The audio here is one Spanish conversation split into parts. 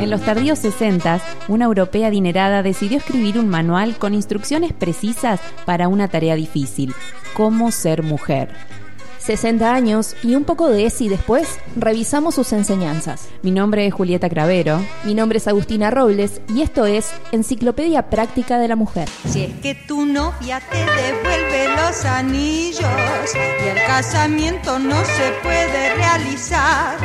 En los tardíos 60, una europea adinerada decidió escribir un manual con instrucciones precisas para una tarea difícil, cómo ser mujer. 60 años y un poco de ESI después, revisamos sus enseñanzas. Mi nombre es Julieta Cravero. Mi nombre es Agustina Robles y esto es Enciclopedia Práctica de la Mujer. Si es que tu novia te devuelve los anillos y el casamiento no se puede realizar,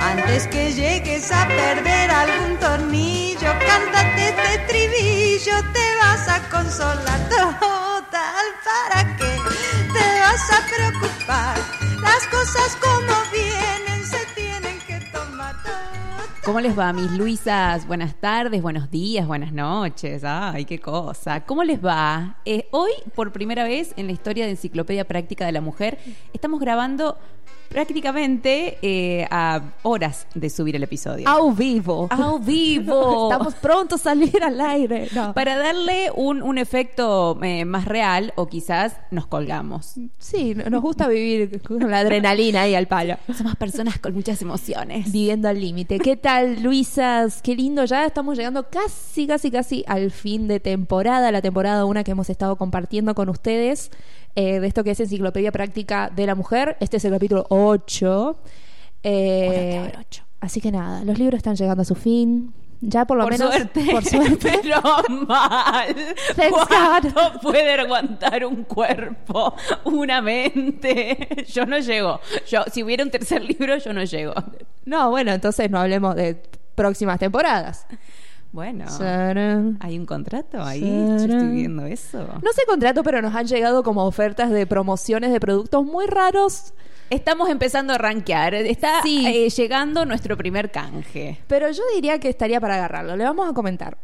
antes que llegues a perder algún tornillo, cántate este estribillo, te vas a consolar total para que te vas a preocupar. Las cosas como vienen se tienen que tomar total. ¿Cómo les va, mis Luisas? Buenas tardes, buenos días, buenas noches. Ay, qué cosa. ¿Cómo les va? Eh, hoy, por primera vez en la historia de Enciclopedia Práctica de la Mujer, estamos grabando prácticamente eh, a horas de subir el episodio. Au vivo. ¡Au vivo! Estamos pronto a salir al aire. No. Para darle un, un efecto eh, más real o quizás nos colgamos. Sí, no- nos gusta vivir con la adrenalina ahí al palo. Somos personas con muchas emociones. Viviendo al límite. ¿Qué tal, Luisas? Qué lindo, ya estamos llegando casi, casi, casi al fin de temporada, la temporada una que hemos estado compartiendo con ustedes, eh, de esto que es Enciclopedia Práctica de la Mujer. Este es el capítulo 8. Ahora está el ocho. Así que nada, los libros están llegando a su fin. Ya por lo Por menos. suerte. Por suerte. Pero mal. Thanks God. ¿Cuánto puede aguantar un cuerpo, una mente? Yo no llego. Yo, si hubiera un tercer libro, yo no llego. No, bueno, entonces no hablemos de próximas temporadas. Bueno. Sarán. ¿Hay un contrato ahí? Sarán. Yo estoy viendo eso. No sé contrato, pero nos han llegado como ofertas de promociones de productos muy raros. Estamos empezando a rankear. Está Sí. eh, llegando nuestro primer canje. Pero yo diría que estaría para agarrarlo. Le vamos a comentar.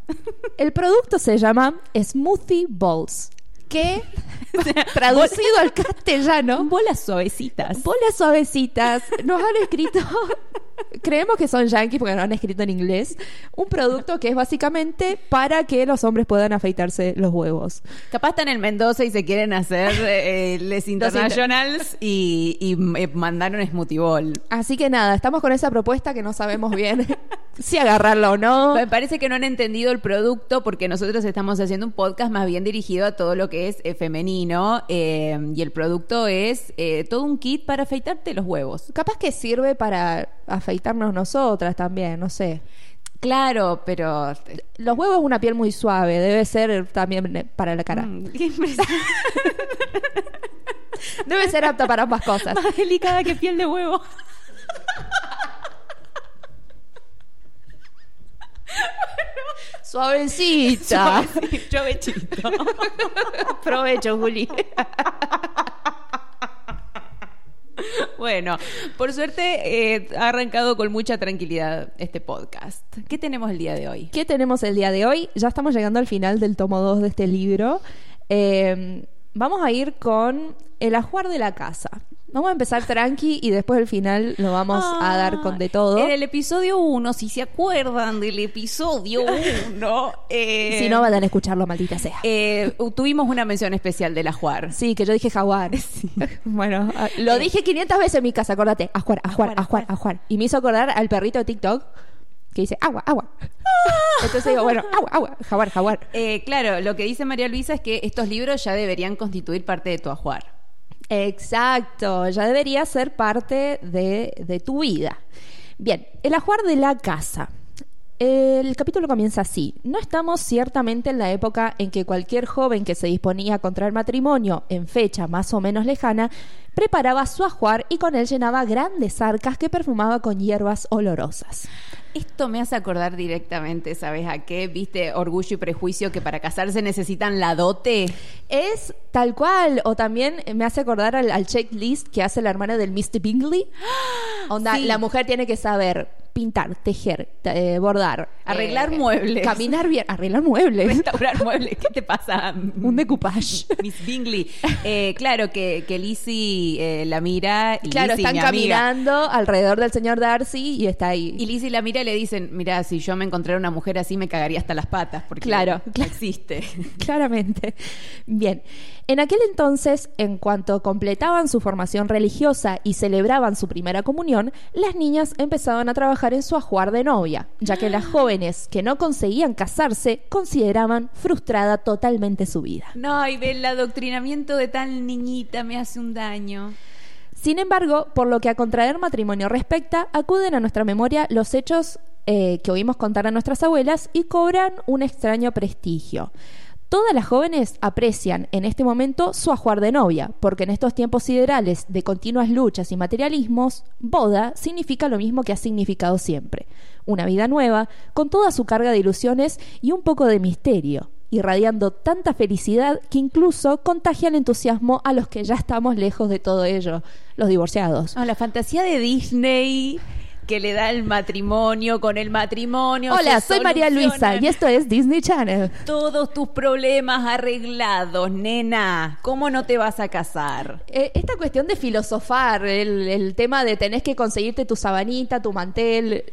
El producto se llama Smoothie Balls, que traducido al castellano, Bolas suavecitas. bolas suavecitas. Nos han escrito, creemos que son yankees porque nos han escrito en inglés, un producto que es básicamente para que los hombres puedan afeitarse los huevos. Capaz están en Mendoza y se quieren hacer eh, les internationals y, y eh, mandar un smoothie bowl. Así que nada, estamos con esa propuesta que no sabemos bien si agarrarla o no. Me parece que no han entendido el producto porque nosotros estamos haciendo un podcast más bien dirigido a todo lo que es eh, femenino eh, y el producto es eh, todo un kit para afeitarte los huevos. Capaz que sirve para afeitarnos nosotras también, no sé. Claro, pero... Los huevos es una piel muy suave, debe ser también eh, para la cara. Mm, qué impresión. Debe ser apta para ambas cosas. más delicada que piel de huevo. Suavecita. Provechito. Provecho, Juli. Bueno, por suerte eh, ha arrancado con mucha tranquilidad este podcast. ¿Qué tenemos el día de hoy? ¿Qué tenemos el día de hoy? Ya estamos llegando al final del tomo 2 de este libro. Eh, vamos a ir con el ajuar de la casa. Vamos a empezar tranqui y después al final lo vamos a dar con de todo. Ah, En el episodio 1, si se acuerdan del episodio 1, Si no, van a escucharlo, maldita sea. eh, tuvimos una mención especial de la Juar. sí, que yo dije jaguar. bueno, ah, lo dije 500 veces en mi casa, acordate. Ajuar, ajuar, ajuar, ajuar. Y me hizo acordar al perrito de TikTok que dice agua, agua. Entonces digo, bueno, agua, agua, jaguar, jaguar. Eh, claro, lo que dice María Luisa es que estos libros ya deberían constituir parte de tu ajuar. Exacto, ya debería ser parte de, de tu vida. Bien, el ajuar de la casa. El capítulo comienza así. No estamos ciertamente en la época en que cualquier joven que se disponía a contraer matrimonio en fecha más o menos lejana preparaba su ajuar y con él llenaba grandes arcas que perfumaba con hierbas olorosas. Esto me hace acordar directamente, ¿sabes a qué? ¿Viste Orgullo y Prejuicio que para casarse necesitan la dote? Es tal cual, o también me hace acordar al, al checklist que hace la hermana del Mr. Bingley. Onda, Sí. la mujer tiene que saber pintar, tejer, eh, bordar, Arreglar eh, muebles. Caminar bien, arreglar muebles. Restaurar muebles. ¿Qué te pasa? Un decoupage. Miss Bingley. Eh, claro que, que Lizzie eh, la mira y Claro, Lizzie, están mi amiga, caminando alrededor del señor Darcy y está ahí. Y Lizzie la mira y le dicen, mira, si yo me encontrara una mujer así me cagaría hasta las patas, porque Claro, no claro. existe. Claramente. Bien, en aquel entonces, en cuanto completaban su formación religiosa y celebraban su primera comunión, las niñas empezaban a trabajar en su ajuar de novia, ya que las jóvenes que no conseguían casarse consideraban frustrada totalmente su vida. No, y ve el adoctrinamiento de tal niñita me hace un daño. Sin embargo, por lo que a contraer matrimonio respecta, acuden a nuestra memoria los hechos eh, que oímos contar a nuestras abuelas y cobran un extraño prestigio. Todas las jóvenes aprecian en este momento su ajuar de novia, porque en estos tiempos siderales de continuas luchas y materialismos, boda significa lo mismo que ha significado siempre. Una vida nueva, con toda su carga de ilusiones y un poco de misterio, irradiando tanta felicidad que incluso contagia el entusiasmo a los que ya estamos lejos de todo ello, los divorciados. No, la fantasía de Disney que le da el matrimonio con el matrimonio. Hola, se soy María Luisa solucionan y esto es Disney Channel. Todos tus problemas arreglados, nena. ¿Cómo no te vas a casar? Eh, esta cuestión de filosofar, el, el tema de tenés que conseguirte tu sabanita, tu mantel,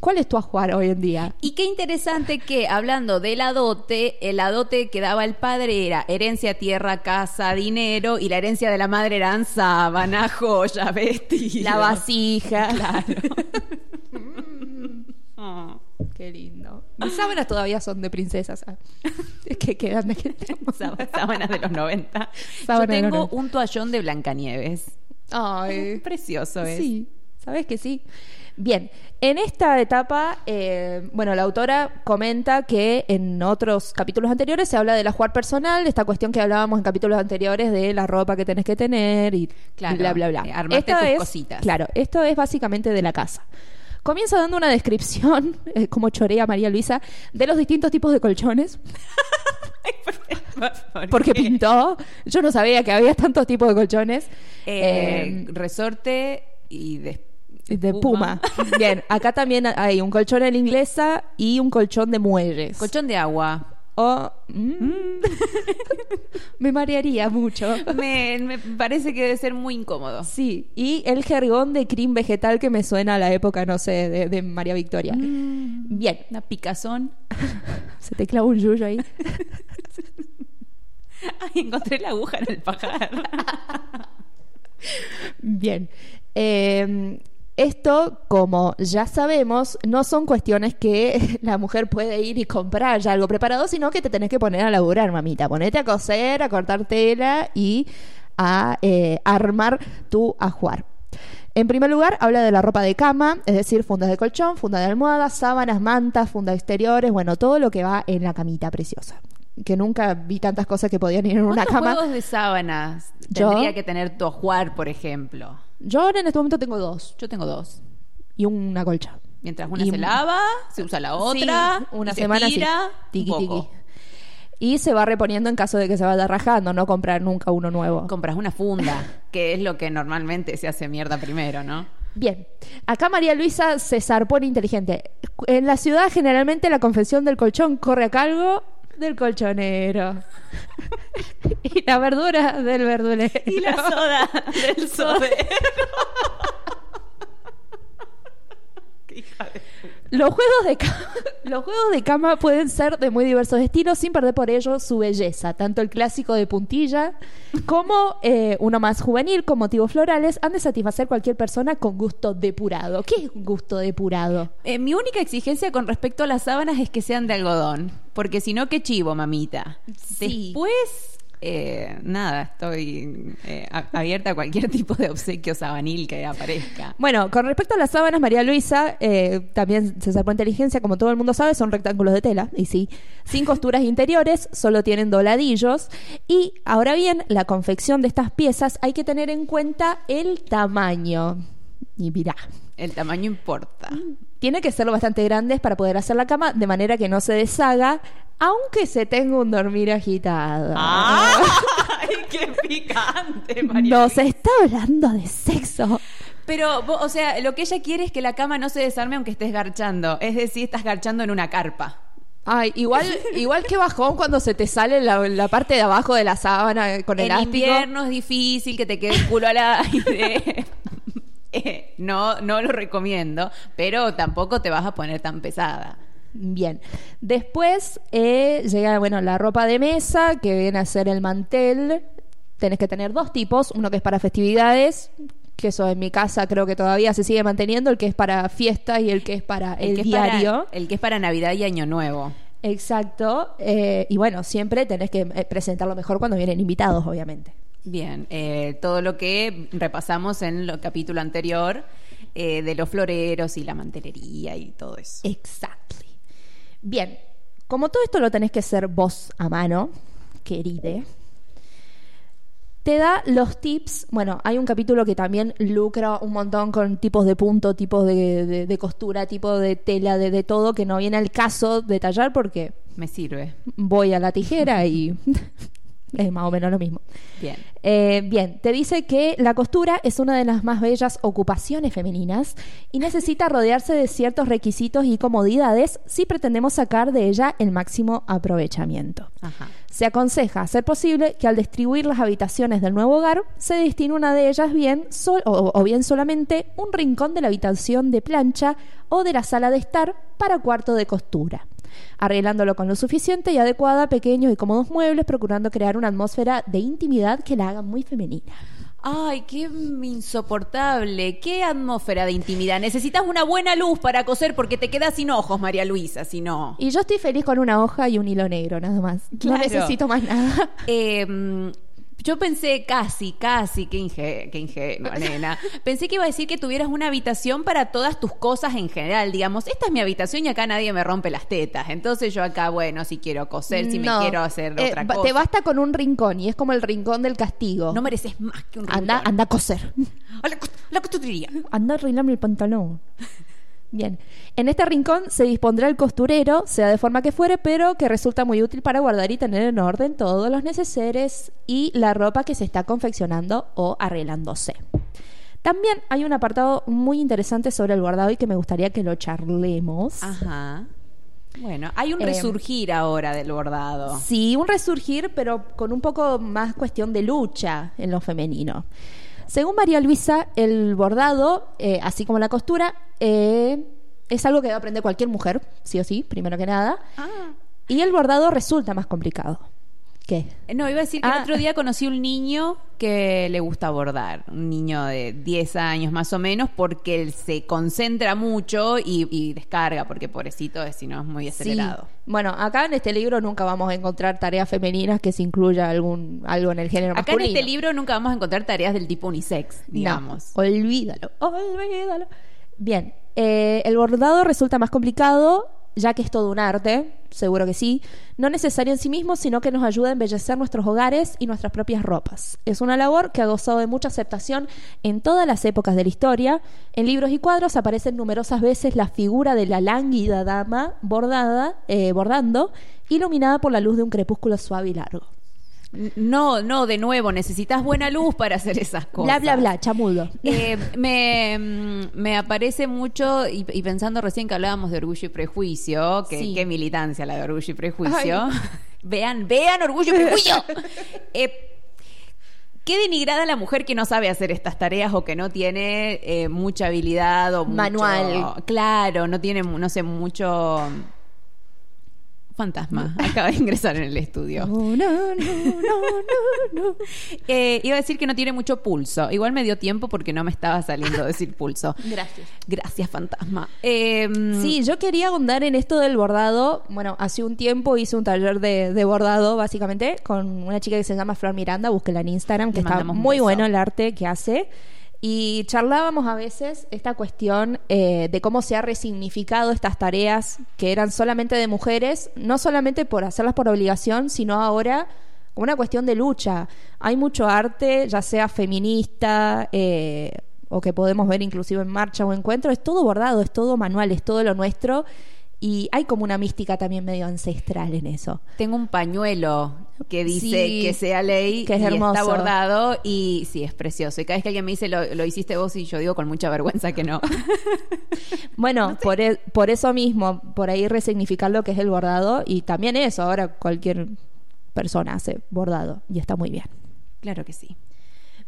¿cuál es tu ajuar hoy en día? Y qué interesante que, hablando de la dote, el la dote que daba el padre era herencia, tierra, casa, dinero, y la herencia de la madre eran sábana, joya, vestido. La vasija. Oh. Qué lindo. Mis sábanas todavía son de princesas. ah. Es que quedan de aquel tiempo. Sáb- Sábanas de los 90. Sábana de Yo los tengo 90. un toallón de Blancanieves. Ay. Precioso ¿eh? es. Sí, sabes que sí. Bien, en esta etapa, eh, bueno, la autora comenta que en otros capítulos anteriores se habla del ajuar personal, esta cuestión que hablábamos en capítulos anteriores de la ropa que tenés que tener y Claro, bla, bla, bla. eh, armate tus es, cositas. Claro, esto es básicamente de la casa. Comienza dando una descripción, eh, como chorea María Luisa, de los distintos tipos de colchones, ¿Por porque qué? pintó. Yo no sabía que había tantos tipos de colchones. Eh, Em, resorte y de, De Puma. Bien, acá también hay un colchón en inglesa y un colchón de muelles. Colchón de agua. O- mm. Me marearía mucho. Me, me parece que debe ser muy incómodo. Sí, y el jergón de crin vegetal que me suena a la época, no sé, de, de María Victoria. Bien, Mm. Una picazón. se te clava un yuyo ahí. Ay, encontré la aguja en el pajar. Bien. Eh, esto, como ya sabemos, no son cuestiones que la mujer puede ir y comprar ya algo preparado, sino que te tenés que poner a laburar, mamita. Ponete a coser, a cortar tela y a eh, armar tu ajuar. En primer lugar, habla de la ropa de cama, es decir, fundas de colchón, fundas de almohada, sábanas, mantas, fundas exteriores, bueno, todo lo que va en la camita preciosa. Que nunca vi tantas cosas que podían ir en una ¿Cuántos cama. juegos de sábanas Yo- tendría que tener tu ajuar, por ejemplo? Yo ahora en este momento tengo dos Yo tengo dos. y una colcha. Mientras una Y- se lava, se usa la otra, Sí, una y semana se tira, sí. un Tiqui, poco. tiqui. Y se va reponiendo en caso de que se vaya rajando, no comprar nunca uno nuevo. Compras una funda, que es lo que normalmente se hace mierda primero, ¿no? Bien, acá María Luisa se zarpone inteligente. En la ciudad generalmente la confesión del colchón corre a cargo del colchonero. y la verdura del verdulero. soda del sode. Qué hija de Los juegos, de cama, los juegos de cama pueden ser de muy diversos estilos sin perder por ello su belleza. Tanto el clásico de puntilla como eh, uno más juvenil con motivos florales han de satisfacer cualquier persona con gusto depurado. ¿Qué es un gusto depurado? Eh, mi única exigencia con respecto a las sábanas es que sean de algodón, porque si no, qué chivo, mamita. Sí. Después, eh, nada, estoy eh, a- abierta a cualquier tipo de obsequio sabanil que aparezca. Bueno, con respecto a las sábanas, María Luisa eh, también se sacó inteligencia, como todo el mundo sabe, son rectángulos de tela, y sí, sin costuras interiores, solo tienen dobladillos. Y ahora bien, la confección de estas piezas hay que tener en cuenta el tamaño. Y mirá, El tamaño importa. tiene que serlo bastante grandes para poder hacer la cama de manera que no se deshaga, aunque se tenga un dormir agitado. ¡Ay, Ah. qué picante, María! Nos está hablando de sexo. Pero, vo- o sea, lo que ella quiere es que la cama no se desarme aunque estés garchando. Es decir, estás garchando en una carpa. Ay, igual, igual que bajón cuando se te sale la, la parte de abajo de la sábana con el en invierno es difícil que te quede el culo al aire. Eh, no, no lo recomiendo, pero tampoco te vas a poner tan pesada. Bien. Después eh, llega, bueno, la ropa de mesa, que viene a ser el mantel. Tenés que tener dos tipos, uno que es para festividades, que eso en mi casa creo que todavía se sigue manteniendo, el que es para fiestas y el que es para el, que es para- diario. el que es para Navidad y Año Nuevo. Exacto. eh, y bueno, siempre tenés que eh, presentarlo mejor cuando vienen invitados, obviamente. Bien, eh, todo lo que repasamos en el capítulo anterior eh, de los floreros y la mantelería y todo eso. Exactly. Bien, como todo esto lo tenés que hacer vos a mano, queride, te da los tips. Bueno, hay un capítulo que también lucra un montón con tipos de punto, tipos de, de- de costura, tipo de tela, de, de todo, que no viene al caso detallar porque Me sirve. voy a la tijera y es más o menos lo mismo. Bien. Eh, bien, te dice que la costura es una de las más bellas ocupaciones femeninas y necesita rodearse de ciertos requisitos y comodidades si pretendemos sacar de ella el máximo aprovechamiento. Ajá. Se aconseja, a ser posible, que al distribuir las habitaciones del nuevo hogar, se destine una de ellas bien sol- o, o bien solamente un rincón de la habitación de plancha o de la sala de estar para cuarto de costura, arreglándolo con lo suficiente y adecuada, pequeños y cómodos muebles, procurando crear una atmósfera de intimidad que la haga muy femenina. Ay, qué insoportable, qué atmósfera de intimidad. Necesitas una buena luz para coser porque te quedas sin ojos, María Luisa, si no. Y yo estoy feliz con una hoja y un hilo negro, nada más. Claro. No necesito más nada. Eh, mm, yo pensé casi, casi, que inge- qué ingenuo, nena. Pensé que iba a decir que tuvieras una habitación para todas tus cosas en general. Digamos, esta es mi habitación y acá nadie me rompe las tetas. Entonces yo acá, bueno, si quiero coser, si No. me quiero hacer Eh, otra ba- cosa. Te basta con un rincón y es como el rincón del castigo. No mereces más que un anda, rincón. anda a coser. A la, cos- la costurería. Anda a arreglarme el pantalón. Bien. En este rincón se dispondrá el costurero, sea de forma que fuere, pero que resulta muy útil para guardar y tener en orden todos los neceseres y la ropa que se está confeccionando o arreglándose. También hay un apartado muy interesante sobre el guardado y que me gustaría que lo charlemos. Ajá. Bueno, hay un Eh, resurgir ahora del bordado. Sí, un resurgir, pero con un poco más cuestión de lucha en lo femenino. Según María Luisa, el bordado, eh, así como la costura, eh, es algo que debe aprender cualquier mujer, sí o sí, primero que nada. Ah. Y el bordado resulta más complicado. ¿Qué? No, iba a decir que el Ah. otro día conocí un niño que le gusta bordar, un niño de 10 años más o menos, porque él se concentra mucho y, y descarga, porque pobrecito, es, si no es muy acelerado. Sí. Bueno, acá en este libro nunca vamos a encontrar tareas femeninas que se incluya algún, algo en el género Acá en masculino. este libro nunca vamos a encontrar tareas del tipo unisex, No, digamos. olvídalo, olvídalo. Bien, eh, el bordado resulta más complicado, ya que es todo un arte, seguro que sí. No necesario en sí mismo, sino que nos ayuda a embellecer nuestros hogares y nuestras propias ropas. Es una labor que ha gozado de mucha aceptación en todas las épocas de la historia. En libros y cuadros aparecen numerosas veces la figura de la lánguida dama bordada, eh, bordando, iluminada por la luz de un crepúsculo suave y largo. No, no, de nuevo, necesitas buena luz para hacer esas cosas. Bla, bla, bla, chamudo. Eh, me, mm, me aparece mucho, y, y pensando recién que hablábamos de Orgullo y Prejuicio, que Sí. qué militancia la de Orgullo y Prejuicio. Vean, vean Orgullo y Prejuicio. Eh, Qué denigrada la mujer que no sabe hacer estas tareas o que no tiene eh, mucha habilidad o mucho- Manual. Claro, no tiene, no sé, mucho fantasma. Acaba de ingresar en el estudio. No, no, no, no, no, no. Eh, iba a decir que no tiene mucho pulso. Igual me dio tiempo porque no me estaba saliendo decir pulso. Gracias. Gracias, fantasma. Eh, Sí, yo quería ahondar en esto del bordado. Bueno, hace un tiempo hice un taller de, de bordado, básicamente, con una chica que se llama Flor Miranda, búsquela en Instagram, que Le está mandamos un muy beso. bueno el arte que hace. Y charlábamos a veces esta cuestión eh, de cómo se ha resignificado estas tareas que eran solamente de mujeres, no solamente por hacerlas por obligación, sino ahora como una cuestión de lucha. Hay mucho arte, ya sea feminista, eh, o que podemos ver inclusive en marcha o encuentro, es todo bordado, es todo manual, es todo lo nuestro. Y hay como una mística también medio ancestral en eso. Tengo un pañuelo que dice Sí, que sea ley, que es y está hermoso. bordado y sí, es precioso. Y cada vez que alguien me dice, lo, lo hiciste vos y yo digo con mucha vergüenza que no. Bueno, por, e- por eso mismo, por ahí resignificar lo que es el bordado y también eso, ahora cualquier persona hace bordado y está muy bien. claro que sí.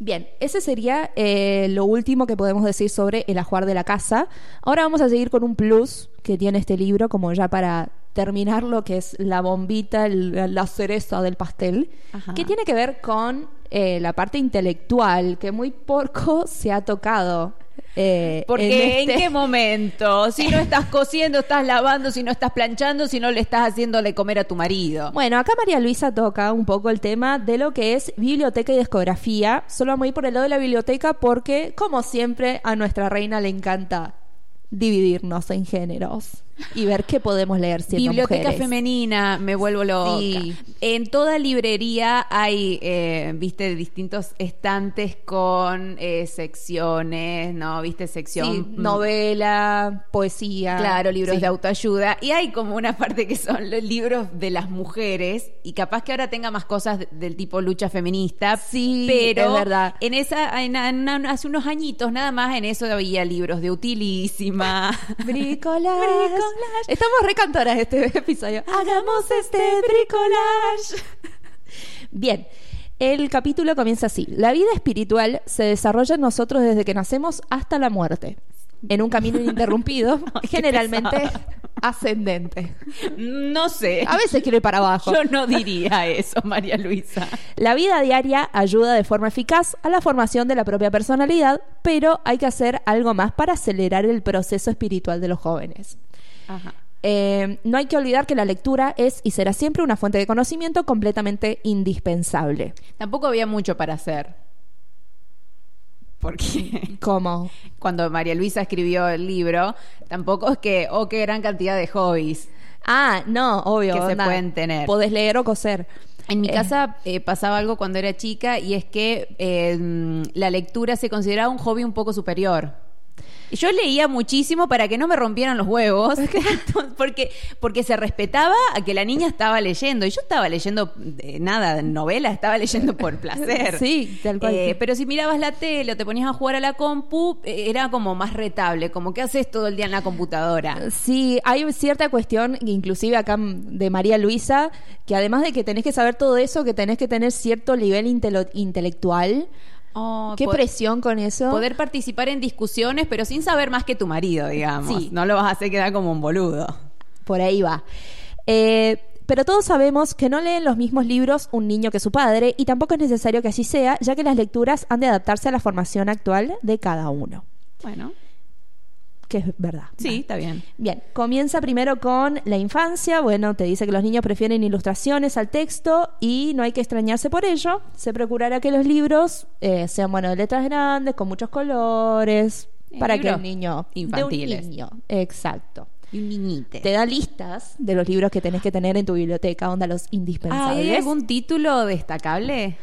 Bien, ese sería eh, lo último que podemos decir sobre el ajuar de la casa. Ahora vamos a seguir con un plus que tiene este libro, como ya para terminar lo que es la bombita, el- la cereza del pastel, Ajá. que tiene que ver con eh, la parte intelectual, que muy poco se ha tocado. eh, Porque en, este- qué momento, si no estás cociendo, estás lavando, si no estás planchando, si no le estás haciéndole comer a tu marido. Bueno, acá María Luisa toca un poco el tema de lo que es biblioteca y discografía. Solo vamos a ir por el lado de la biblioteca porque, como siempre, a nuestra reina le encanta dividirnos en géneros y ver qué podemos leer siendo Biblioteca mujeres. femenina, me vuelvo loca. Sí. En toda librería hay, eh, viste, distintos estantes con eh, secciones, ¿no? Viste, sección Sí, mm, novela, poesía. Claro, libros Sí. de autoayuda. Y hay como una parte que son los libros de las mujeres. Y capaz que ahora tenga más cosas de- del tipo lucha feminista. Sí, pero es verdad. En esa, en- en- en- hace unos añitos nada más en eso había libros de utilísima. Bricolage. Bricolage. Estamos recantoras este episodio. Hagamos este bricolage. Bien. El capítulo comienza así. La vida espiritual se desarrolla en nosotros desde que nacemos hasta la muerte, en un camino ininterrumpido, generalmente ascendente. no sé. A veces quiero ir para abajo. Yo no diría eso, María Luisa. La vida diaria ayuda de forma eficaz a la formación de la propia personalidad, pero hay que hacer algo más para acelerar el proceso espiritual de los jóvenes. Ajá. Eh, no hay que olvidar que la lectura es y será siempre una fuente de conocimiento completamente indispensable. Tampoco había mucho para hacer. Porque Como cuando María Luisa escribió el libro, tampoco es que, oh, qué gran cantidad de hobbies. Ah, no, obvio. Que se pueden tener. Podés leer o coser. En mi Eh, casa eh, pasaba algo cuando era chica y es que eh, mm, la lectura se consideraba un hobby un poco superior. Yo leía muchísimo para que no me rompieran los huevos, Entonces, porque, porque se respetaba a que la niña estaba leyendo. Y yo estaba leyendo eh, nada, novela, estaba leyendo por placer. Sí, tal cual. Eh, pero si mirabas la tele o te ponías a jugar a la compu, eh, era como más retable, como que haces todo el día en la computadora. Sí, hay cierta cuestión, inclusive acá mm, de María Luisa, que además de que tenés que saber todo eso, que tenés que tener cierto nivel intelo- intelectual. Oh, Qué po- presión con eso. Poder participar en discusiones, pero sin saber más que tu marido, digamos. Sí. No lo vas a hacer quedar como un boludo. Por ahí va. Eh, pero todos sabemos que no leen los mismos libros un niño que su padre y tampoco es necesario que así sea, ya que las lecturas han de adaptarse a la formación actual de cada uno. Bueno, Que es verdad. sí, está bien. Bien, comienza primero con la infancia. Bueno, te dice que los niños prefieren ilustraciones al texto y no hay que extrañarse por ello. Se procurará que los libros eh, sean, bueno, de letras grandes, con muchos colores, Eh, para que libros el niño... de un infantiles. niño, exacto. Y un niñite. Te da listas de los libros que tenés que tener en tu biblioteca, onda los Ah, indispensables. ¿Hay algún título destacable?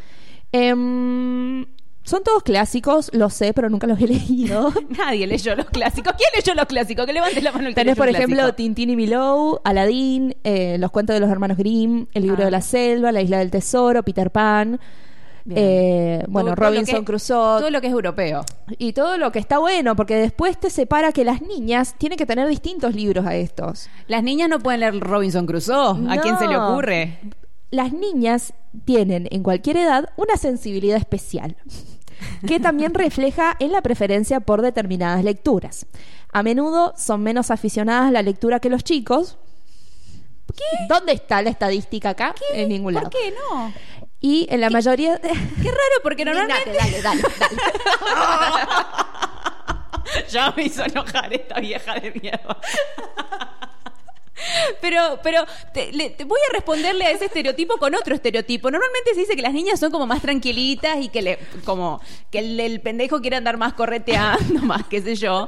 Em, son todos clásicos, lo sé, pero nunca los he leído. Nadie leyó los clásicos. ¿Quién leyó los clásicos? Que levante la mano el que Tenés, leyó por un ejemplo, clásico. Tintín y Milou, Aladdin, eh, Los cuentos de los hermanos Grimm, El libro Ah. de la selva, La isla del tesoro, Peter Pan, Bien. eh, Todo- bueno, todo lo Robinson que- Crusoe. Todo lo que es europeo. y todo lo que está bueno, porque después te separa que las niñas tienen que tener distintos libros a estos. Las niñas no pueden leer Robinson Crusoe. ¿A quién se le No. ocurre? Las niñas tienen en cualquier edad una sensibilidad especial, que también refleja en la preferencia por determinadas lecturas. A menudo son menos aficionadas a la lectura que los chicos. ¿Dónde está la estadística acá? En ningún lado. ¿Por qué no? Y en la mayoría de- Qué raro, porque normalmente. Dale, dale, dale. Ya me hizo enojar esta vieja de mierda. Pero, pero te, le- te voy a responderle a ese estereotipo con otro estereotipo. Normalmente se dice que las niñas son como más tranquilitas y que le, como que el, el pendejo quiere andar más correteando, más qué sé yo,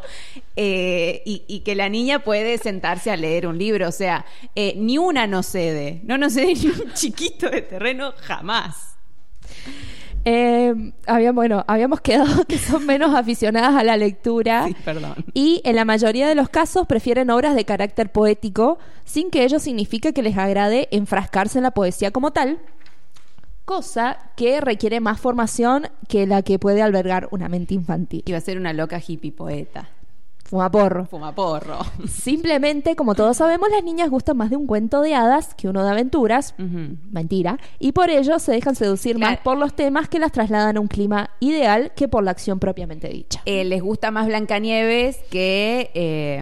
Eh, y, y que la niña puede sentarse a leer un libro. O sea, eh, ni una no cede, no nos cede ni un chiquito de terreno jamás. Eh, había- bueno, habíamos quedado que son menos aficionadas a la lectura. Sí, perdón. Y en la mayoría de los casos prefieren obras de carácter poético, sin que ello signifique que les agrade enfrascarse en la poesía como tal, cosa que requiere más formación que la que puede albergar una mente infantil. Iba a ser una loca hippie poeta. Fuma porro. Fumaporro. Simplemente, como todos sabemos, las niñas gustan más de un cuento de hadas que uno de aventuras. Ujú. Mentira. Y por ello se dejan seducir más Mm. Claro. por los temas que las trasladan a un clima ideal que por la acción propiamente dicha. Eh, les gusta más Blancanieves que eh,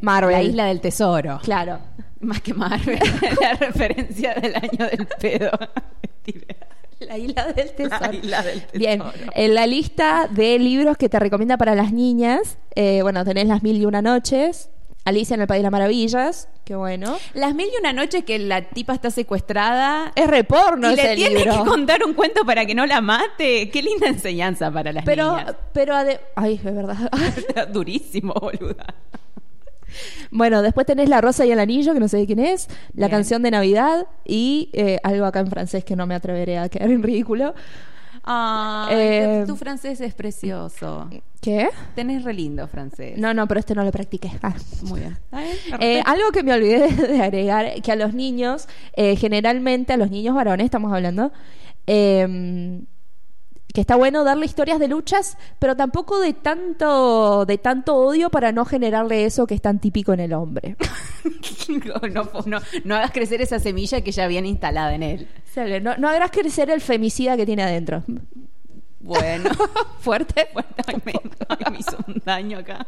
Marvel. La Isla del Tesoro. Claro. Más que Marvel. la referencia del año del pedo. Mentira. La isla del tesoro. La Isla del Tesoro. Eh, Bien, en la lista de libros que te recomienda para las niñas, eh, bueno, tenés Las Mil y Una Noches, Alicia en el País de las Maravillas, qué bueno. Las mil y una noche que la tipa está secuestrada. Es reporno y le ese tiene libro. que contar un cuento para que no la mate. Qué linda enseñanza para las pero, niñas. pero, ade- ay, es verdad. Está Durísimo, boluda. bueno, después tenés La Rosa y el Anillo, que no sé de quién es, La Bien. Canción de Navidad y eh, algo acá en francés que no me atreveré a quedar en ridículo. Ay, Eh, tu francés es precioso. ¿Qué? Tenés re lindo francés. No, no, pero este no lo practiqué. Ah. Muy bien. Está bien, Eh, perfecto. algo que me olvidé de agregar, que a los niños, eh, generalmente a los niños varones, estamos hablando, eh, que está bueno darle historias de luchas, pero tampoco de tanto, de tanto odio para no generarle eso que es tan típico en el hombre. No, no, no, no hagas crecer esa semilla que ya viene instalada en él. Sale, no, no hagas crecer el femicida que tiene adentro. Bueno, Fuerte. bueno ay, me, ay, me hizo un daño acá.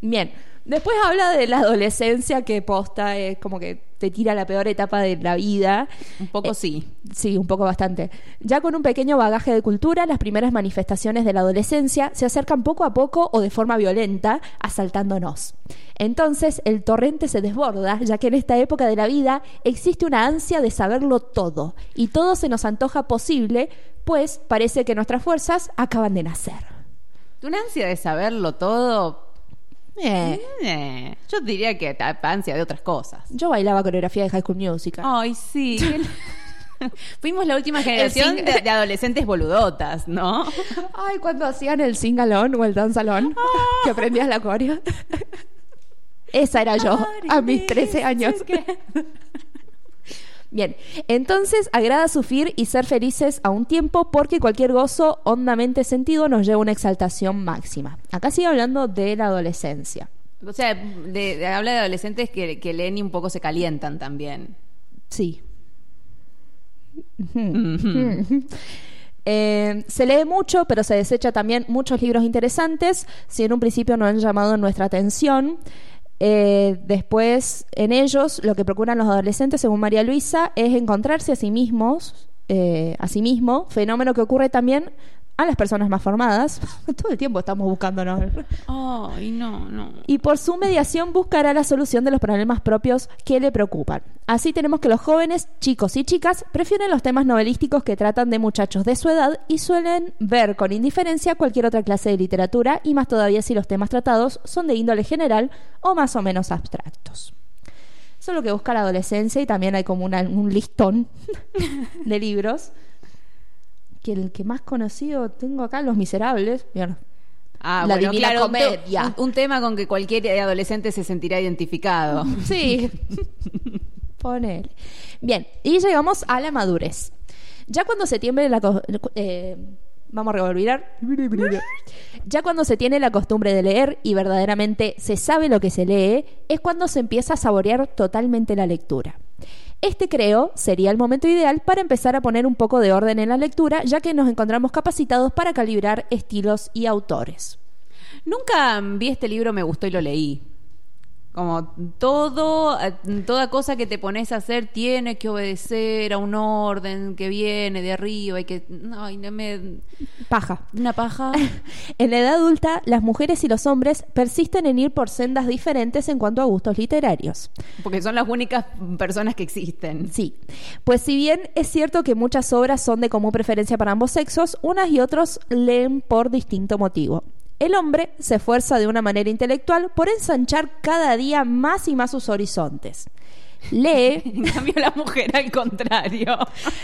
Bien. Después habla de la adolescencia que posta es como que te tira la peor etapa de la vida. Un poco Eh, sí. Sí, un poco bastante. Ya con un pequeño bagaje de cultura, las primeras manifestaciones de la adolescencia se acercan poco a poco o de forma violenta, asaltándonos. Entonces, el torrente se desborda, ya que en esta época de la vida existe una ansia de saberlo todo, y todo se nos antoja posible, pues parece que nuestras fuerzas acaban de nacer. Una ansia de saberlo todo. Eh, yo diría que ta- ansia de otras cosas. Yo bailaba coreografía de High School Musical. Ay, sí. qué li- Fuimos la última generación fin- de, de adolescentes boludotas, ¿no? Ay, cuando hacían el singalón o el danzalón, que aprendías la coreo. Esa era yo, a mis 13 años. Bien, entonces agrada sufrir y ser felices a un tiempo porque cualquier gozo hondamente sentido nos lleva a una exaltación máxima. Acá sigue hablando de la adolescencia. O sea, de- de- habla de adolescentes que, que leen y un poco se calientan también. Sí. Eh, se lee mucho, pero se desecha también muchos libros interesantes, si en un principio no han llamado nuestra atención. Eh, después, en ellos, lo que procuran los adolescentes, según María Luisa, es encontrarse a sí mismos, eh, a sí mismo, fenómeno que ocurre también a las personas más formadas. Todo el tiempo estamos buscándonos. Ay, no, no. Y por su mediación buscará la solución de los problemas propios que le preocupan. Así tenemos que los jóvenes, chicos y chicas, prefieren los temas novelísticos que tratan de muchachos de su edad y suelen ver con indiferencia cualquier otra clase de literatura y más todavía si los temas tratados son de índole general o más o menos abstractos. Eso es lo que busca la adolescencia y también hay como una- un listón de libros. Que el que más conocido tengo acá, Los Miserables. Bien, Ah, La bueno, Divina claro, un te- Comedia. Un, un tema con que cualquier adolescente se sentirá identificado. Sí. Ponele. Bien, y llegamos a la madurez. Ya cuando se tiemble la. co- eh, vamos a revolver. Ya cuando se tiene la costumbre de leer y verdaderamente se sabe lo que se lee, es cuando se empieza a saborear totalmente la lectura. Este creo sería el momento ideal para empezar a poner un poco de orden en la lectura, ya que nos encontramos capacitados para calibrar estilos y autores. Nunca vi este libro, me gustó y lo leí. Como todo, eh, toda cosa que te pones a hacer tiene que obedecer a un orden que viene de arriba y que, ay, no me, Paja. una paja. En la edad adulta, las mujeres y los hombres persisten en ir por sendas diferentes en cuanto a gustos literarios. Porque son las únicas personas que existen. Sí, pues si bien es cierto que muchas obras son de común preferencia para ambos sexos, unas y otros leen por distinto motivo. El hombre se esfuerza de una manera intelectual por ensanchar cada día más y más sus horizontes. Lee, En cambio, la mujer al contrario.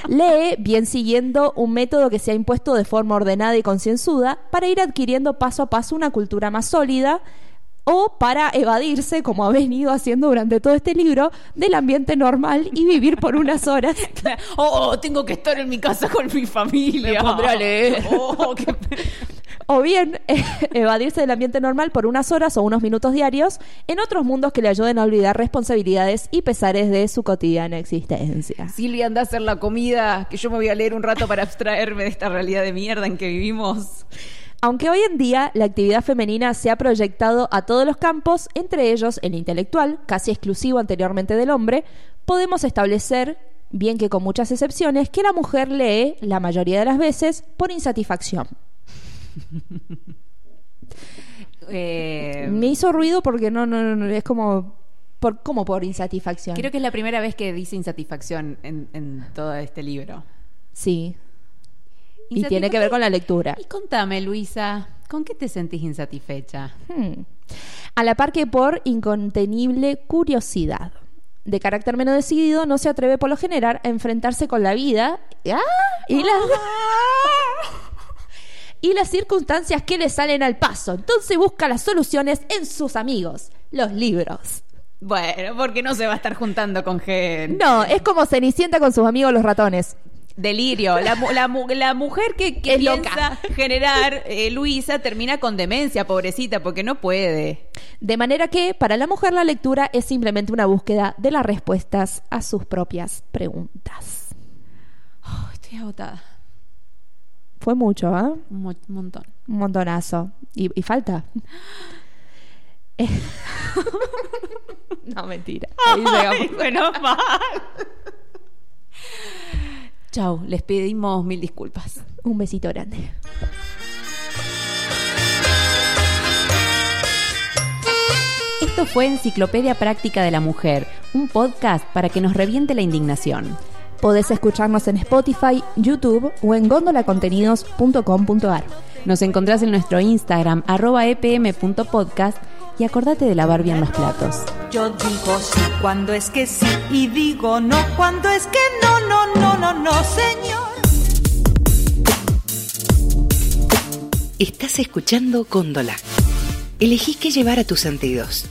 lee, bien siguiendo un método que se ha impuesto de forma ordenada y concienzuda para ir adquiriendo paso a paso una cultura más sólida o para evadirse, como ha venido haciendo durante todo este libro, del ambiente normal y vivir por unas horas Oh, oh, tengo que estar en mi casa con mi familia. Me pondré a leer. Oh, qué pe- O bien eh, evadirse del ambiente normal por unas horas o unos minutos diarios en otros mundos que le ayuden a olvidar responsabilidades y pesares de su cotidiana existencia. Silvia, anda a hacer la comida, que yo me voy a leer un rato para abstraerme de esta realidad de mierda en que vivimos. Aunque hoy en día la actividad femenina se ha proyectado a todos los campos, entre ellos el intelectual, casi exclusivo anteriormente del hombre, podemos establecer, bien que con muchas excepciones, que la mujer lee la mayoría de las veces por insatisfacción. Eh, Me hizo ruido porque no, no, no, es como, por, como por insatisfacción. creo que es la primera vez que dice insatisfacción en, en todo este libro. Sí, Y tiene que ver con la lectura. Y contame, Luisa, ¿con qué te sentís insatisfecha? Hmm. A la par que por incontenible curiosidad. De carácter menos decidido, no se atreve por lo general a enfrentarse con la vida ¡Ah! y, las, y las circunstancias que le salen al paso. Entonces busca las soluciones en sus amigos, los libros. Bueno, porque no se va a estar juntando con gente. No, es como Cenicienta con sus amigos los ratones. Delirio. La, mu- la mu- la mujer que, que Es piensa loca. generar eh, Luisa termina con demencia, pobrecita, porque no puede. De manera que, para la mujer, la lectura es simplemente una búsqueda de las respuestas a sus propias preguntas. Oh, estoy agotada. Fue mucho, ¿ah? Un mo- montón. Un montonazo. Y, y falta. Eh. no, mentira. Ahí llegamos. menos mal. Chau, les pedimos mil disculpas. Un besito grande. Esto fue Enciclopedia Práctica de la Mujer, un podcast para que nos reviente la indignación. Podés escucharnos en Spotify, YouTube o en gondolacontenidos.com.ar. Nos encontrás en nuestro Instagram, arroba e epm.podcast, y acordate de lavar bien los platos. Yo digo sí cuando es que sí y digo no cuando es que no, no, no, no, no, señor. Estás escuchando Cóndola. Elegí qué llevar a tus sentidos.